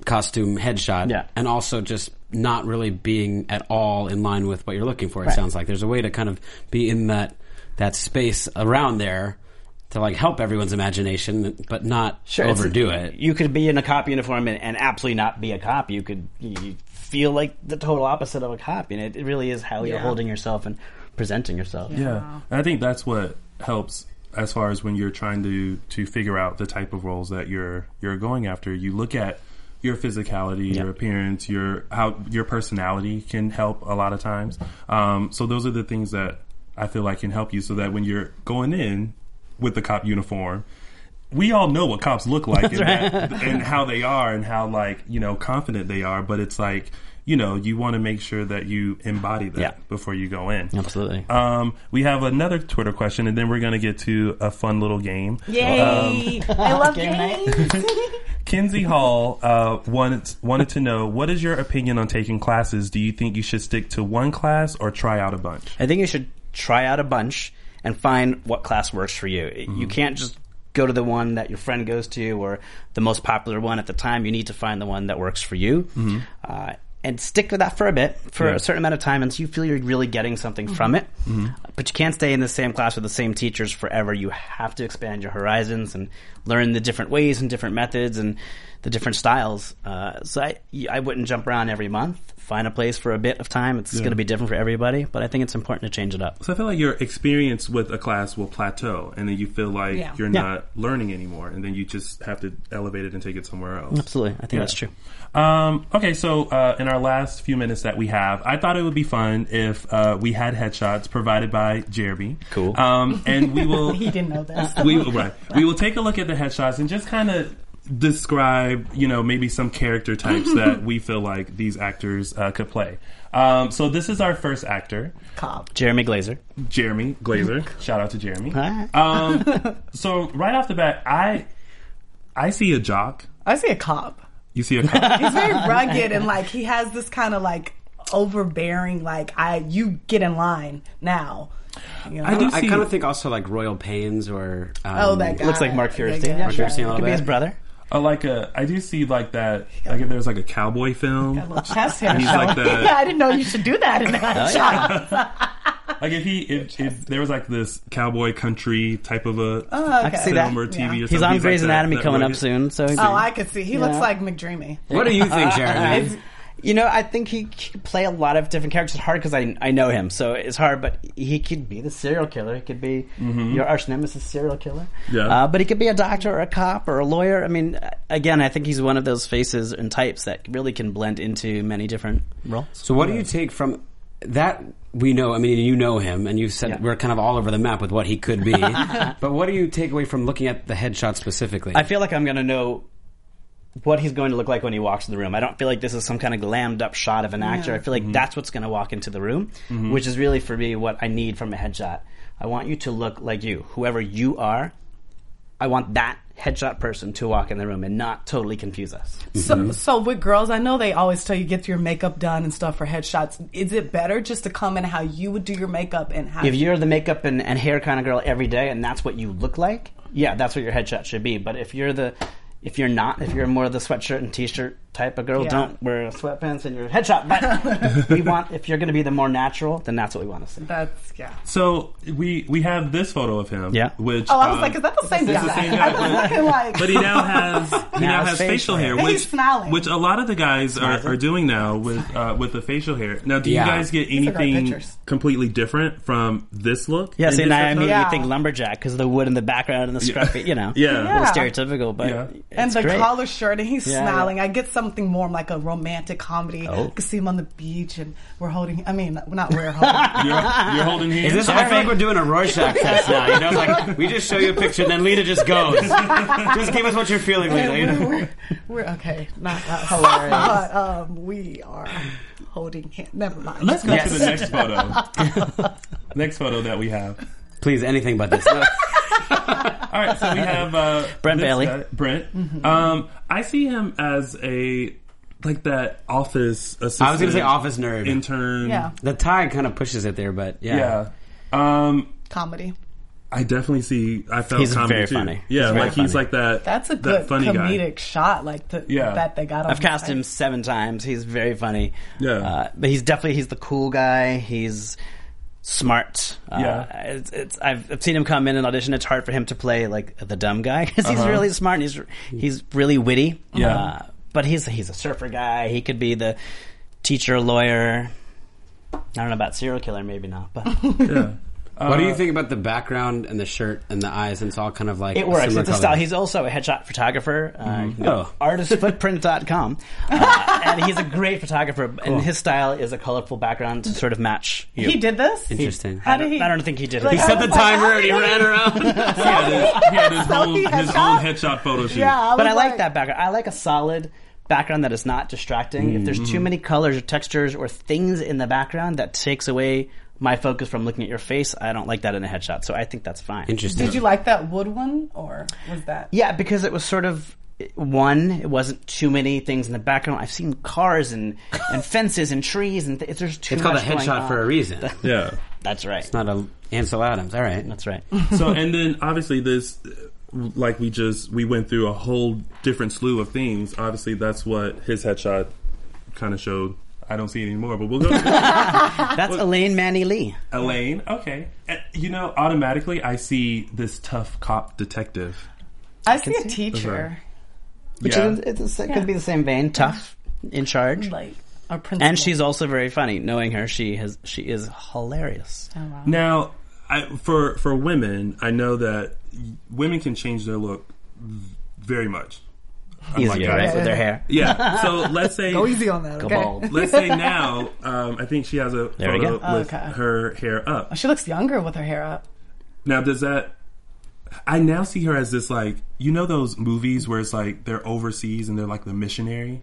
F: costume headshot
E: Yeah.
F: and also just not really being at all in line with what you're looking for, it sounds like. There's a way to kind of be in that that space around there to like help everyone's imagination but not
E: it's-
F: overdo it.
E: You could be in a cop uniform and, and absolutely not be a cop. You could you feel like the total opposite of a cop, and it, it really is how you're
D: Yeah.
E: holding yourself and presenting yourself.
C: Yeah, And I think that's what helps as far as when you're trying to to figure out the type of roles that you're you're going after. You look at your physicality, your appearance, your how your personality can help a lot of times. Um, so those are the things that I feel like can help you, so that when you're going in with the cop uniform. We all know what cops look like and, that, and how they are and how like you know confident they are, but it's like you know you want to make sure that you embody that
E: Yeah.
C: before you go in.
F: Absolutely.
C: Um, we have another Twitter question, and then we're going to get to a fun little game.
D: Yay! I love
E: Game night.
D: games.
C: Kinsey Hall uh, wanted wanted to know what is your opinion on taking classes? Do you think you should stick to one class or try out a bunch?
E: I think you should try out a bunch and find what class works for you. You can't just go to the one that your friend goes to or the most popular one at the time. You need to find the one that works for you. Uh, and stick with that for a bit, for
C: Yeah.
E: a certain amount of time, until you feel you're really getting something from it. But you can't stay in the same class with the same teachers forever. You have to expand your horizons and learn the different ways and different methods and the different styles. Uh, so I, I wouldn't jump around every month. Find a place for a bit of time. It's going to be different for everybody, but I think it's important to change it up.
C: So I feel like your experience with a class will plateau, and then you feel like
D: Yeah.
C: you're
E: Yeah.
C: not learning anymore, and then you just have to elevate it and take it somewhere else.
E: Absolutely, I think that's true.
C: Um, okay, so uh, in our last few minutes that we have, I thought it would be fun if uh, we had headshots provided by Jeremy.
E: Cool.
C: Um, and we will.
D: he didn't know this.
C: we right. We will take a look at the headshots and just kind of describe, you know, maybe some character types that we feel like these actors uh, could play. Um, so this is our first actor,
D: Cop.
E: Jeremy Glazer.
C: Jeremy Glazer. Shout out to Jeremy.
E: Hi.
C: Um, so right off the bat, I I see a jock.
D: I see a cop.
C: You see a cop.
D: He's very rugged and like he has this kind of like overbearing like I you get in line now You know?
C: I do
F: I
C: see-
F: kind of think also like Royal Pains or um,
D: Oh, that guy.
E: Looks like Mark
D: Yeah,
E: Fierstein.
D: yeah,
F: Mark
D: right.
F: Fierstein a
E: Could
F: little
E: be
F: bit.
E: his brother.
C: Uh, like a, I do see like that. Like if there's like a cowboy film,
D: That little chest hair.
C: And he's like
D: showing.
C: the-
D: yeah, I didn't know you should do that in
E: Oh,
D: that shot.
C: like if he if, if there was like this cowboy country type of a
D: Oh, okay.
E: see that.
C: film or TV or something.
E: He's on
C: like
E: Grey's
C: that-
E: Anatomy
C: that
E: coming up
C: rugged-
E: soon, so
D: Oh, I could see. He looks like McDreamy.
E: Mm-hmm.
F: What do you think, Jeremy?
E: you know, I think he, he could play a lot of different characters. It's hard because I, I know him, so it's hard. But he could be the serial killer. He could be your arch nemesis serial killer.
C: Yeah.
E: Uh, but he could be a doctor or a cop or a lawyer. I mean, uh, again, I think he's one of those faces and types that really can blend into many different roles.
F: So, what do you take from that? We know, I mean, you know him, and you said
E: Yeah.
F: we're kind of all over the map with what he could be. but what do you take away from looking at the headshot specifically?
E: I feel like I'm going to know what he's going to look like when he walks in the room. I don't feel like this is some kind of glammed up shot of an actor. I feel like that's what's going to walk into the room, which is really for me what I need from a headshot. I want you to look like you, whoever you are. I want that headshot person to walk in the room and not totally confuse us.
D: So, so with girls, I know they always tell you get your makeup done and stuff for headshots. Is it better just to come in how you would do your makeup and how
E: If you're the makeup and, and hair kind of girl every day and that's what you look like, yeah, that's what your headshot should be. But if you're the if you're not, if you're more of the sweatshirt and t-shirt type of girl,
D: Yeah.
E: don't wear sweatpants in your headshot. But we want if you're going to be the more natural, then that's what we want to see.
D: that's yeah?
C: So we we have this photo of him.
E: Yeah.
C: Which
D: Oh, I was
C: um,
D: like, is that the same
C: this
D: guy?
C: is the same
D: I
C: guy,
D: was
C: but-
D: looking like,
C: But he now has he now,
E: Now
C: has
E: his facial
C: facial hair,
E: hair.
D: He's
C: which
D: smiling.
C: which a lot of the guys are, are doing now with uh, with the facial hair. Now, do
F: Yeah.
C: you guys get
D: These are great
C: anything
D: pictures.
C: completely different from this look?
E: Yeah,
C: in
E: see,
C: this
E: now I immediately
C: episode?
E: think lumberjack because the wood in the background and the scruffy, you know,
C: Yeah.
E: a little
D: Yeah.
E: stereotypical, but
C: Yeah.
E: it's
D: and the
E: great.
D: collar shirt, and he's
E: Yeah,
D: smiling. I get something more like a romantic comedy.
E: Oh.
D: You can see him on the beach, and we're holding. I mean, not we're holding.
C: You're, you're holding hands.
F: Is this? I feel like we're doing a Rorschach test now. You know, like we just show you a picture, and then Lita just goes. just give us what you're feeling, Lita.
D: we're,
F: you know?
D: we're, we're okay, not that
E: Hilarious.
D: but um, we are holding hands. Never mind.
C: Let's go
E: Yes.
C: to the next photo. next photo that we have.
F: Please, anything but this. No.
C: All right, so we have uh,
E: Brent
C: this
E: Bailey. Mm-hmm.
C: guy, Brent. Um, I see him as a like that office assistant.
F: I was going to say office nerd.
C: intern.
D: Yeah,
F: the tie kind of pushes it there, but yeah.
C: Yeah. Um,
D: comedy.
C: I definitely see. I felt
E: He's
C: comedy
E: very
C: too.
E: funny.
C: Yeah,
E: He's very
C: like he's
E: funny.
C: like that.
D: That's a
C: that
D: good
C: funny
D: comedic
C: guy.
D: shot, like the,
C: Yeah.
D: that they got. On
E: I've cast
D: the-
E: him seven times. He's very funny.
C: Yeah.
E: uh, but he's definitely he's the cool guy. He's smart. Uh,
C: Yeah.
E: it's, it's I've, I've seen him come in and audition. It's hard for him to play like the dumb guy because he's really smart. and He's he's really witty.
C: Uh-huh. Yeah.
E: uh, but he's he's a surfer guy. He could be the teacher, lawyer. I don't know about serial killer, maybe not, but
C: Yeah.
F: What do you think about the background and the shirt and the eyes? And it's all kind of like
E: it works. It's
F: similar
E: a style.
F: color.
E: He's also a headshot photographer. Uh, you can go
F: Oh.
E: to Artistfootprint.com. uh, and he's a great photographer. And his style is a colorful background to sort of match you.
D: He did this.
F: interesting.
D: How
E: I
D: did
E: don't,
D: he?
E: I don't think he did
D: Like,
E: it.
F: He set the timer and he ran around.
C: He had his, he had his,
D: So
C: whole,
D: he had
C: his own
D: shot?
C: headshot photo shoot.
D: Yeah,
E: but
D: was
E: I like, that background. I like a solid background that is not distracting. If there's
F: Mm.
E: too many colors or textures or things in the background that takes away my focus from looking at your face, I don't like that in a headshot. So I think that's fine.
F: Interesting.
D: Did you like that wood one, or was that?
E: Yeah, because it was sort of one. It wasn't too many things in the background. I've seen cars and, and fences and trees and th- there's too
F: it's called a
E: much going
F: headshot
E: on.
F: for a reason.
C: Yeah.
E: That's right.
F: Not a Ansel Adams. All right.
E: That's right.
C: So and then obviously this, uh, like we just we went through a whole different slew of things. Obviously that's what his headshot kind of showed. I don't see it anymore, but we'll go. to
E: That's Elaine Manny Lee.
C: Elaine, okay. Uh, You know, automatically I see this tough cop detective.
D: I see a teacher,
E: Which
C: Yeah.
E: is, it's, it could be the same vein. Tough, in charge.
D: like a principal,
E: And she's also very funny. Knowing her, she has she is hilarious.
D: Oh
C: Now, I, for for women, I know that women can change their look v- very much. Unlike
E: Easier,
C: guys.
E: right? With her hair.
C: Yeah. So let's say
D: Go easy on that. Okay.
E: Bald.
C: let's say now. Um, I think she has a
E: There we
C: photo
E: go.
C: with
D: Okay.
C: her hair up.
D: She looks younger with her hair up.
C: Now, does that? I now see her as this like you know those movies where it's like they're overseas and they're like the missionary.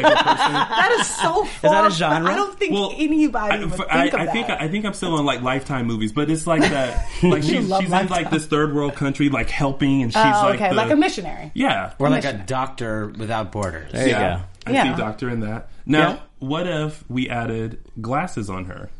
D: That is so. Far,
E: that a genre?
D: I don't think
C: Well,
D: anybody
C: I,
D: would
C: for-
D: think
C: I,
D: of
C: I
D: that.
C: think I think I'm still on like Lifetime movies, but it's like that. Like she's, she's
D: love
C: in like this third world country, like helping, and she's
D: Oh,
C: like
D: okay,
C: the-
D: like a missionary.
C: Yeah,
F: Or like a doctor without borders.
E: There you go.
C: I
D: Yeah.
C: see doctor in that. Now,
E: Yeah.
C: what if we added glasses on her?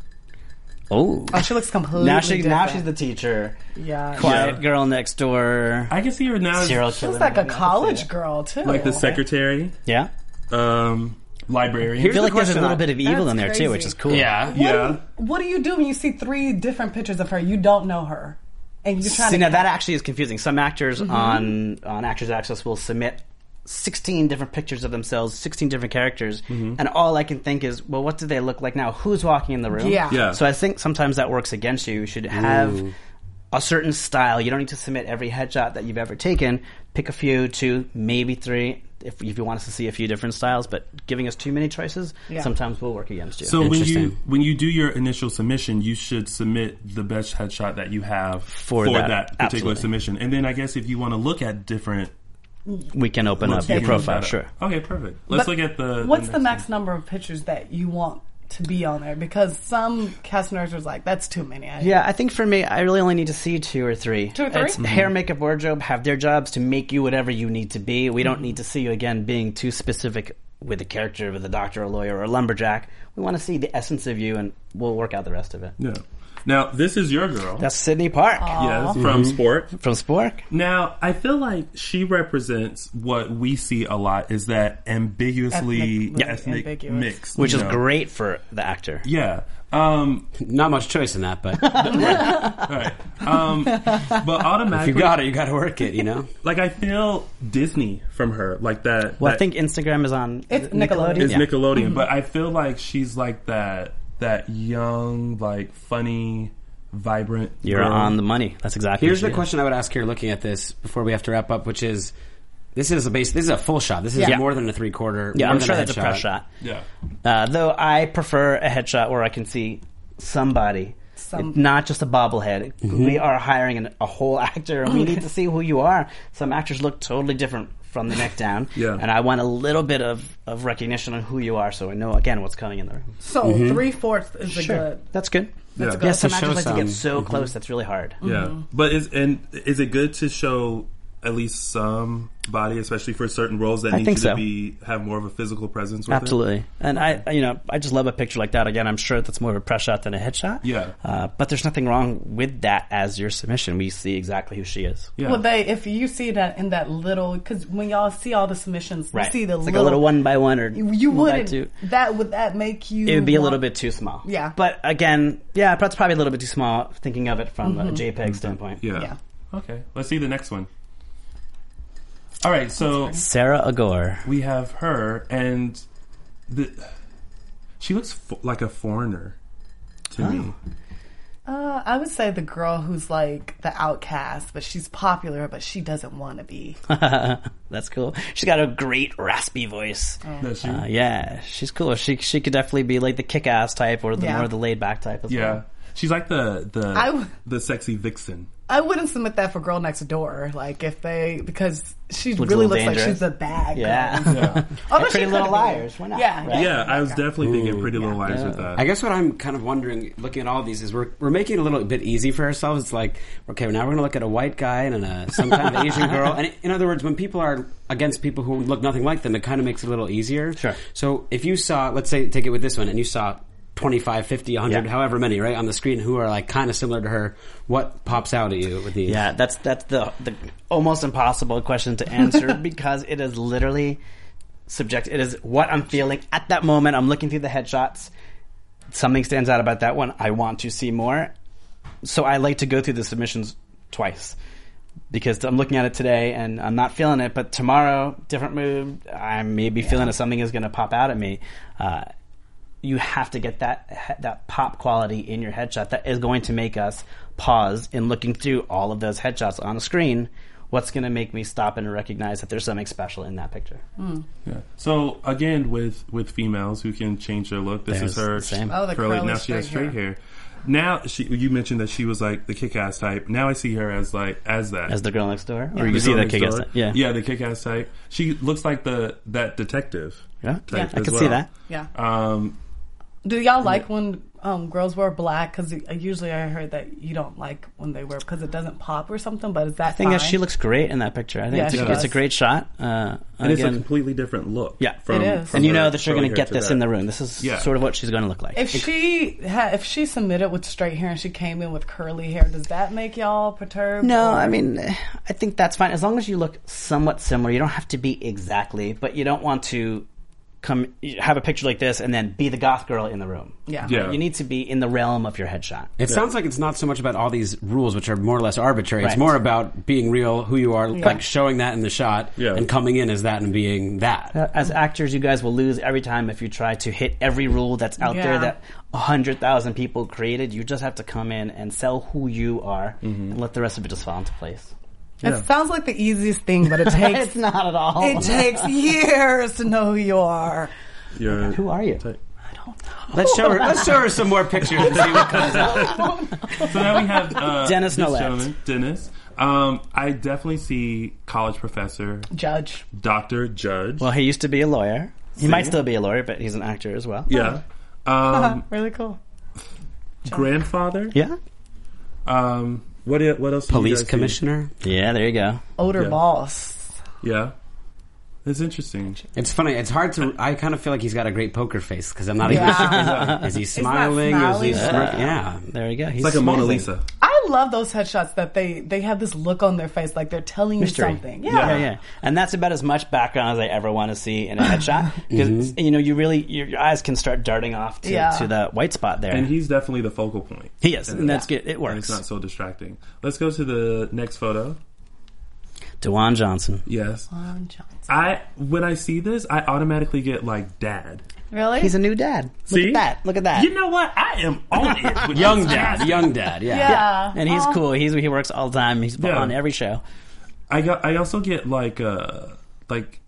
E: Oh,
D: Oh, she looks completely
E: now she now
D: different.
E: she's the teacher.
D: yeah.
E: Quiet girl next door.
C: I can see her now. as,
E: serial
D: She
E: killer.
D: was like a college girl too.
C: Like the secretary,
E: yeah.
C: um, librarian.
E: I feel like there's a little bit of evil
D: That's
E: in there
D: crazy.
E: too, which is cool.
F: Yeah.
D: What,
C: Yeah.
D: do, what do you do when you see three different pictures of her? You don't know her, and you're trying
E: See,
D: to Mm-hmm.
E: now that actually is confusing. Some actors on on Actors Access will submit. 16 different pictures of themselves, 16 different characters, and all I can think is, well, what do they look like now? Who's walking in the room?
D: Yeah.
C: Yeah.
E: So I think sometimes that works against you. You should have a certain style. You don't need to submit every headshot that you've ever taken. Pick a few, two, maybe three, if, if you want us to see a few different styles, but giving us too many choices
D: Yeah.
E: sometimes will work against you.
C: So when you
F: Interesting.
C: when you do your initial submission, you should submit the best headshot that you have
E: For that,
C: that, particular
E: absolutely.
C: submission. And then I guess if you want to look at different
E: we can open
C: looks,
E: up
C: you
E: your
C: can
E: profile,
C: look at it.
E: sure.
C: Okay, perfect. Let's
D: But
C: look at the.
D: What's the
C: next
D: max number of pictures that you want to be on there? Because some cast nerds was like, "That's too many." I
E: Yeah, I think for me, I really only need to see two or three.
D: Two or three?
E: It's hair, makeup, wardrobe have their jobs to make you whatever you need to be. We
D: Mm-hmm.
E: don't need to see you again being too specific with a character, with a doctor, a lawyer, or a lumberjack. We want to see the essence of you, and we'll work out the rest of it.
C: one. Yeah. Now this is your girl.
E: That's Sydney Park
C: yes,
D: Mm-hmm.
C: from Sport.
E: from Spork.
C: Now, I feel like she represents what we see a lot is that ambiguously
D: Ethnic-
C: ethnic,
D: ambiguous.
C: mixed,
E: which
C: you
E: is
C: know.
E: great for the actor.
C: Yeah. Um,
F: Not much choice in that, but
C: all right. Um, but automatically,
F: you got it. You got to work it. You know.
C: like I feel Disney from her, like that.
E: Well, I
C: that-
E: think Instagram is on
D: It's Nickelodeon.
C: is
E: Yeah. Mm-hmm.
C: Nickelodeon, but I feel like she's like that that young, like funny, vibrant.
E: You're
C: girl.
E: on the money. That's exactly.
F: Here's
E: what
F: the
E: it is.
F: question I would ask here, looking at this before we have to wrap up, which is. This is a base. This is a full shot. This is
D: Yeah.
F: more than a three quarter.
E: Yeah, I'm sure that's a press shot.
C: yeah.
D: Mm-hmm.
E: Uh, though I prefer a headshot where I can see somebody.
D: Some-
E: not just a bobblehead.
C: Mm-hmm.
E: We are hiring an, a whole actor, and we need to see who you are. Some actors look totally different from the neck down,
C: Yeah.
E: and I want a little bit of, of recognition on who you are, so I know again what's coming in the room.
D: So three fourths is a good.
E: that's good.
C: That's Yeah. Mm-hmm. good.
E: yeah some
F: To
E: actors
F: show
E: like to get
F: some-
E: so close. That's really hard.
C: Yeah, but is and is it good to show at least some body, especially for certain roles that
E: I
C: need
E: think
C: you to
E: so.
C: be have more of a physical presence? With it?
E: Absolutely, and I, you know, I just love a picture like that. Again, I'm sure that's more of a press shot than a headshot.
C: Yeah.
E: uh, but there's nothing wrong with that as your submission. We see exactly who she is.
C: Yeah.
D: Well, they if you see that in that little because when y'all see all the submissions, you see the
E: it's like
D: little,
E: a little one by one or
D: You
E: one by
D: wouldn't.
E: two.
D: That would that make you?
E: It would be a little
D: want-
E: bit too small.
D: Yeah.
E: but again, yeah, that's probably a little bit too small. Thinking of it from
D: Mm-hmm.
E: a JPEG standpoint.
C: Mm-hmm. Yeah.
D: Yeah.
C: Okay. Let's see the next one. All right. So
E: Sarah Agor.
C: we have her, and the she looks fo- like a foreigner to me.
D: Uh, I would say the girl who's like the outcast, but she's popular, but she doesn't want to be.
E: That's cool. She's got a great raspy voice.
D: Oh.
C: Does she?
E: Uh, yeah, she's cool. She she could definitely be like the kick-ass type or the
D: Yeah.
E: more the laid-back type. As
C: yeah.
E: well.
C: She's like the the
D: I w-
C: the sexy vixen.
D: I wouldn't submit that for Girl Next Door. Like if they because she
E: Looks a
D: really looks
E: little
D: like
E: dangerous.
D: she's a bad
E: Yeah.
D: girl. Although she
E: Pretty Little
D: could be.
E: Liars, why not,
D: Yeah,
E: right?
C: Yeah, I was definitely thinking Pretty Little Liars with that.
F: I guess what I'm kind of wondering, looking at all of these, is we're, we're making it a little bit easy for ourselves. It's like, okay, now we're going to look at a white guy and a, some kind of Asian girl. And in other words, when people are against people who look nothing like them, it kind of makes it a little easier.
E: Sure.
F: So if you saw, let's say, take it with this one, and you saw 25, 50, 100,
E: Yeah.
F: however many, right, on the screen who are like kind of similar to her, what pops out at you with these?
E: Yeah, that's that's the the almost impossible question to answer because it is literally subject. It is what I'm feeling at that moment. I'm looking through the headshots. Something stands out about that one. I want to see more. So I like to go through the submissions twice because I'm looking at it today and I'm not feeling it. But tomorrow, different mood. I may be feeling that something is going to pop out at me. Uh, you have to get that that pop quality in your headshot that is going to make us pause in looking through all of those headshots on a screen. What's going to make me stop and recognize that there's something special in that picture?
D: Hmm.
C: Yeah. So again, with with females who can change their look, this is
E: There's
C: her
E: the same.
D: Oh, the curly
C: Now she has
D: straight
C: straight hair. Now she, you mentioned that she was like the kick-ass type. Now I see her as like as that.
E: As the girl next door, or
C: The
E: you see
C: girl
E: that
C: next
E: kick ass?
C: door.
E: Yeah,
C: yeah, the kick-ass type. She looks like the that detective.
E: yeah.
C: Type
E: I
C: as
E: can see
C: well.
E: that.
D: Yeah.
C: Um,
D: Do y'all like when um, girls wear black? Because usually I heard that you don't like when they wear because it doesn't pop or something. But is that
E: I think
D: fine?
E: that she looks great in that picture. I think
D: Yeah,
E: it's,
D: she
E: a, it's a
D: does.
E: great shot. Uh,
C: and it's a
E: again,
C: completely different look.
E: Yeah.
C: from,
D: It is.
C: from
E: and you
C: her
E: know that you're going
C: curly
E: to
C: hair
E: get
C: to
E: this
C: that.
E: in the room. This is
C: Yeah.
E: sort of what she's going to look like.
D: If she ha- if she submitted with straight hair and she came in with curly hair, does that make y'all perturbed?
E: No,
D: Or-
E: I mean, eh, I think that's fine as long as you look somewhat similar. You don't have to be exactly, but you don't want to come you have a picture like this and then be the goth girl in the room.
D: yeah,
C: Yeah.
E: You need to be in the realm of your headshot.
F: It sounds like it's not so much about all these rules, which are more or less arbitrary. It's
E: Right.
F: more about being real, who you are, like showing that in the shot,
C: Yeah.
F: and coming in as that and being that.
E: As actors, you guys will lose every time if you try to hit every rule that's out
D: Yeah.
E: there that 100,000 people created. You just have to come in and sell who you are
F: Mm-hmm.
E: and let the rest of it just fall into place.
D: it sounds like the easiest thing, but it takes
E: It's not at all.
D: it takes years to know who you are.
C: You're-
E: who are you?
F: Let's show her. Let's show her some more pictures and see what comes out.
C: So now we have uh,
E: Dennis
C: this
E: Nolet.
C: gentleman, Dennis. Um, I definitely see college professor,
D: Judge,
C: doctor, judge.
E: Well, he used to be a lawyer. He might still be a lawyer, but he's an actor as well.
C: yeah. Um,
D: really cool.
C: grandfather.
E: Yeah?
C: Um, what e- what else? do you
F: Police
C: guys see?
F: commissioner.
E: Yeah, there you go.
D: Older
C: Yeah.
D: boss.
C: Yeah, it's interesting.
F: It's funny. It's hard to. I kind of feel like he's got a great poker face because I'm not
D: Yeah.
F: even. Is he
D: not
F: smiling? Or is he
D: smiling.
F: smirking? Yeah.
E: There you go. He's
C: It's like a Mona
E: smiling.
C: Lisa.
D: I love those headshots that they they have this look on their face like they're telling
E: Mystery.
D: you something. Yeah.
E: Yeah, yeah. And that's about as much background as I ever want to see in a headshot. Because,
C: Mm-hmm.
E: you know, you really, your, your eyes can start darting off to,
D: Yeah.
E: to the white spot there.
C: And he's definitely the focal point.
E: he is. And that's good. It
C: And it's
E: works.
C: not so distracting. Let's go to the next photo.
E: Dewan Johnson.
C: Yes,
D: Ron Johnson.
C: I when I see this, I automatically get like dad.
D: Really?
E: He's a new dad. Look
C: See?
E: at that. Look at that.
C: You know what? I am on it. With
F: Young
C: this
F: dad.
C: casting.
F: Young dad. Yeah.
D: yeah.
E: and he's
D: Aw.
E: cool. He's he works all the time. He's
C: Yeah.
E: on every show.
C: I got. I also get like uh like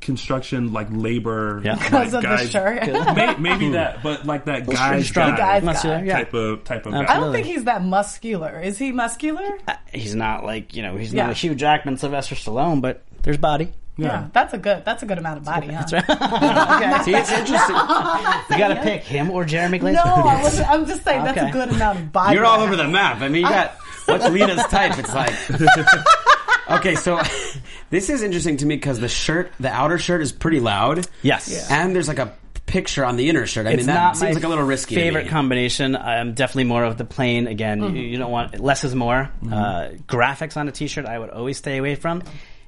C: construction like labor
E: Yeah. Hmm.
C: like,
D: Because of the
C: guys-
D: shirt.
C: May, maybe that, but like that guy
E: strong
D: guy.
E: muscular. Yeah.
C: type of type of
D: I
C: guy.
D: don't think he's that muscular. Is he muscular? Yeah.
E: Uh, He's not like you know. He's
D: Yeah.
E: not a Hugh Jackman, Sylvester Stallone, but there's body.
D: That's a good. That's a good amount of body. Huh? That's right.
F: See, it's interesting.
E: You got to pick him or Jeremy Glazer.
D: No, I wasn't, I'm just saying that's a
E: Okay.
D: good amount of body.
F: You're all over the map. I mean, you got what's Lita's type? It's like. Okay, so this is interesting to me because the shirt, the outer shirt, is pretty loud.
E: Yes. Yeah.
F: and there's like a picture on the inner shirt. I
E: It's
F: mean, that
E: not my
F: seems like a little risky. to
E: Favorite
F: me.
E: combination. I'm definitely more of the plain. Again,
D: Mm-hmm.
E: you, you don't want less is more. Uh, graphics on a t-shirt, I would always stay away from.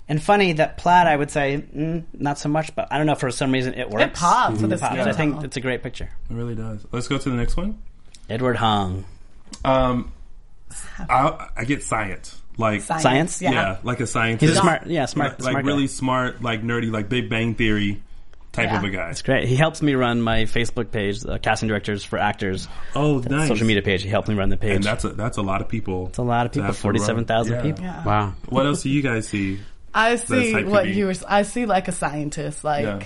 E: And funny that plaid, I would say mm, not so much, but I don't know for some reason it works. Mm-hmm.
D: It pops with
E: It
D: his
E: pops.
D: skin.
E: I think it's a great picture.
C: It really does. Let's go to the next one.
E: Edward Hong,
C: Um, I, I get science. Like
E: Science?
D: Yeah.
C: yeah. like a scientist.
E: He's a smart- yeah, smart-
C: Like,
E: smart guy.
C: really smart, like nerdy, like Big Bang Theory type
D: Yeah.
C: of a guy.
E: it's great. He helps me run my Facebook page, uh, casting directors for actors.
C: Oh,
E: That's
C: nice.
E: Social media page. He helped me run the page.
C: And that's a that's a lot of people. It's
E: a lot of people. Forty-seven thousand people.
D: Yeah.
F: Wow.
C: What else do you guys see?
D: I see
C: type
D: what
C: could be-
D: you were. I see like a scientist, like
C: Yeah.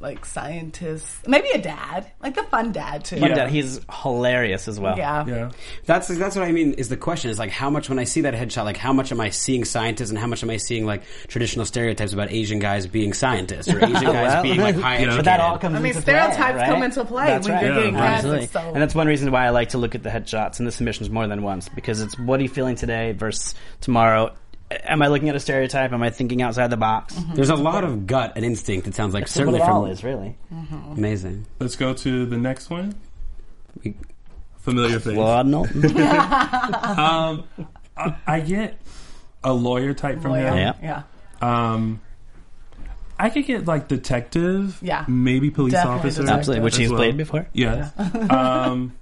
D: like scientist, maybe a dad, like the fun dad too.
E: But
C: Yeah.
E: that- he's hilarious as well.
D: Yeah.
C: Yeah.
F: That's that's what I mean. Is the question is like how much when I see that headshot, like how much am I seeing scientists and how much am I seeing like traditional stereotypes about Asian guys being scientists or Asian guys
E: Well,
F: being like high
E: But that all
F: educated?
E: comes.
D: I mean,
E: into
D: stereotypes
E: play, right?
D: come into play
E: That's
D: when
E: right.
D: you're getting
C: Yeah.
D: cast.
E: Absolutely.
D: So.
E: And that's one reason why I like to look at the headshots and the submissions more than once because it's what are you feeling today versus tomorrow. Am I looking at a stereotype? Am I thinking outside the box?
D: Mm-hmm.
F: There's a lot of gut and instinct. It sounds like
E: That's
F: certainly
E: what it all
F: from
E: is really.
F: amazing.
C: Let's go to the next one.
F: We-
C: Familiar face.
E: Lord Knowlton.
C: Um, I, I get a lawyer type from
D: Lawyer.
C: him.
E: Yeah.
D: yeah.
C: Um, I could get like detective,
D: Yeah.
C: maybe police
D: Definitely
C: officer,
D: detective.
E: absolutely, which
C: as
E: he's
C: well.
E: played before.
C: Yes. um,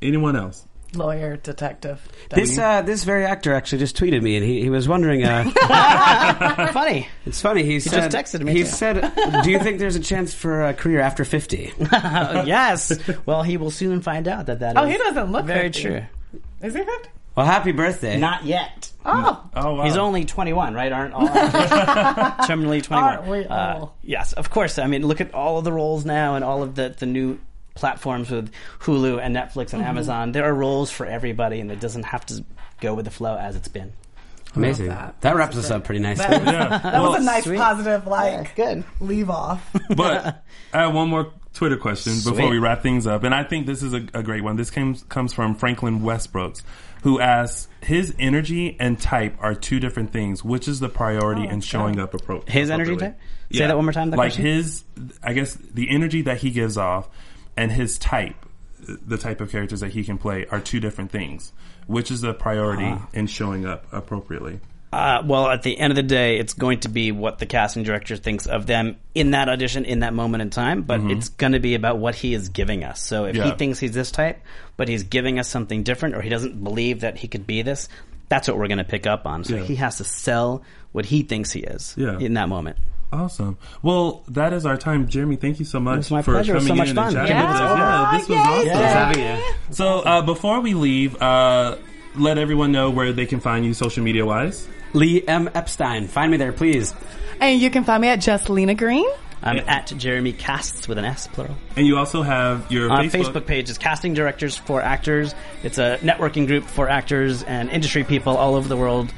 C: anyone else?
D: Lawyer, detective.
F: This uh, this very actor actually just tweeted me, and he, he was wondering. Uh,
E: Funny.
F: it's funny. He, said,
E: just texted me,
F: He
E: too.
F: said, "Do you think there's a chance for a career after 50?
E: Uh, yes. Well, he will soon find out that that
D: Oh,
E: is
D: he doesn't look
E: very
D: 50.
E: true.
D: Is he fifty?
F: Well, happy birthday.
E: Not yet.
D: Oh,
C: Oh, wow.
E: He's only 21, right? Aren't all terminally 21?
D: Aren't we
E: Uh,
D: all?
E: yes, of course. I mean, look at all of the roles now and all of the, the new platforms with Hulu and Netflix and Amazon. There are roles for everybody, and it doesn't have to go with the flow as it's been.
F: amazing. That. wraps us up pretty nicely.
D: that was,
C: Yeah.
D: that was a nice
E: sweet.
D: positive like
E: good.
D: leave off.
C: But I have one more Twitter question before
E: Sweet.
C: we wrap things up, and I think this is a, a great one. This comes comes from Franklin Westbrooks, who asks, "His energy and type are two different things. Which is the priority in showing up appro-
E: Oh, His energy
C: appropriately?"
E: type? Say that one more time, that
C: like
E: question?
C: his, I guess the energy that he gives off and his type, the type of characters that he can play, are two different things. Which is the priority
E: Ah.
C: in showing up appropriately?
E: Uh, well, at the end of the day, it's going to be what the casting director thinks of them in that audition, in that moment in time. But it's going to be about what he is giving us. So if he
C: Mm-hmm. Yeah.
E: thinks he's this type, but he's giving us something different, or he doesn't believe that he could be this, that's what we're going to pick up on. So
C: Yeah.
E: he has to sell what he thinks he is
C: Yeah.
E: in that moment.
C: Awesome. Well, that is our time, Jeremy. Thank you so much
E: was my
C: for
E: pleasure. It was
C: coming
E: so much
C: in
E: fun.
C: and chatting
E: Yeah.
C: with us. Yeah, this was awesome.
F: having you.
C: So uh, before we leave, uh, let everyone know where they can find you social media wise.
F: Lee M. Epstein. Find me there, please.
D: And you can find me at Just Lena Green.
E: I'm at Jeremy Casts with an S plural.
C: And you also have your
E: Our
C: Facebook.
E: Uh, Facebook. page is Casting Directors for Actors. It's a networking group for actors and industry people all over the world.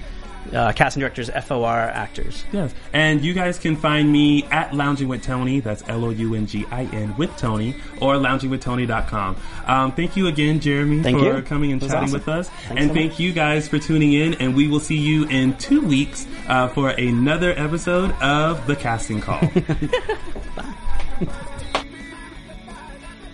E: Uh, casting directors, FOR actors.
C: Yes. And you guys can find me at Lounging with Tony. That's L O U N G I N with Tony or loungingwithtony.com. Um, thank you again, Jeremy,
E: Thank
C: for
E: you.
C: coming and
E: It was
C: chatting
E: awesome.
C: with us.
E: Thanks
C: and
E: so
C: thank
E: much.
C: you guys for tuning in. And we will see you in two weeks uh, for another episode of The Casting Call.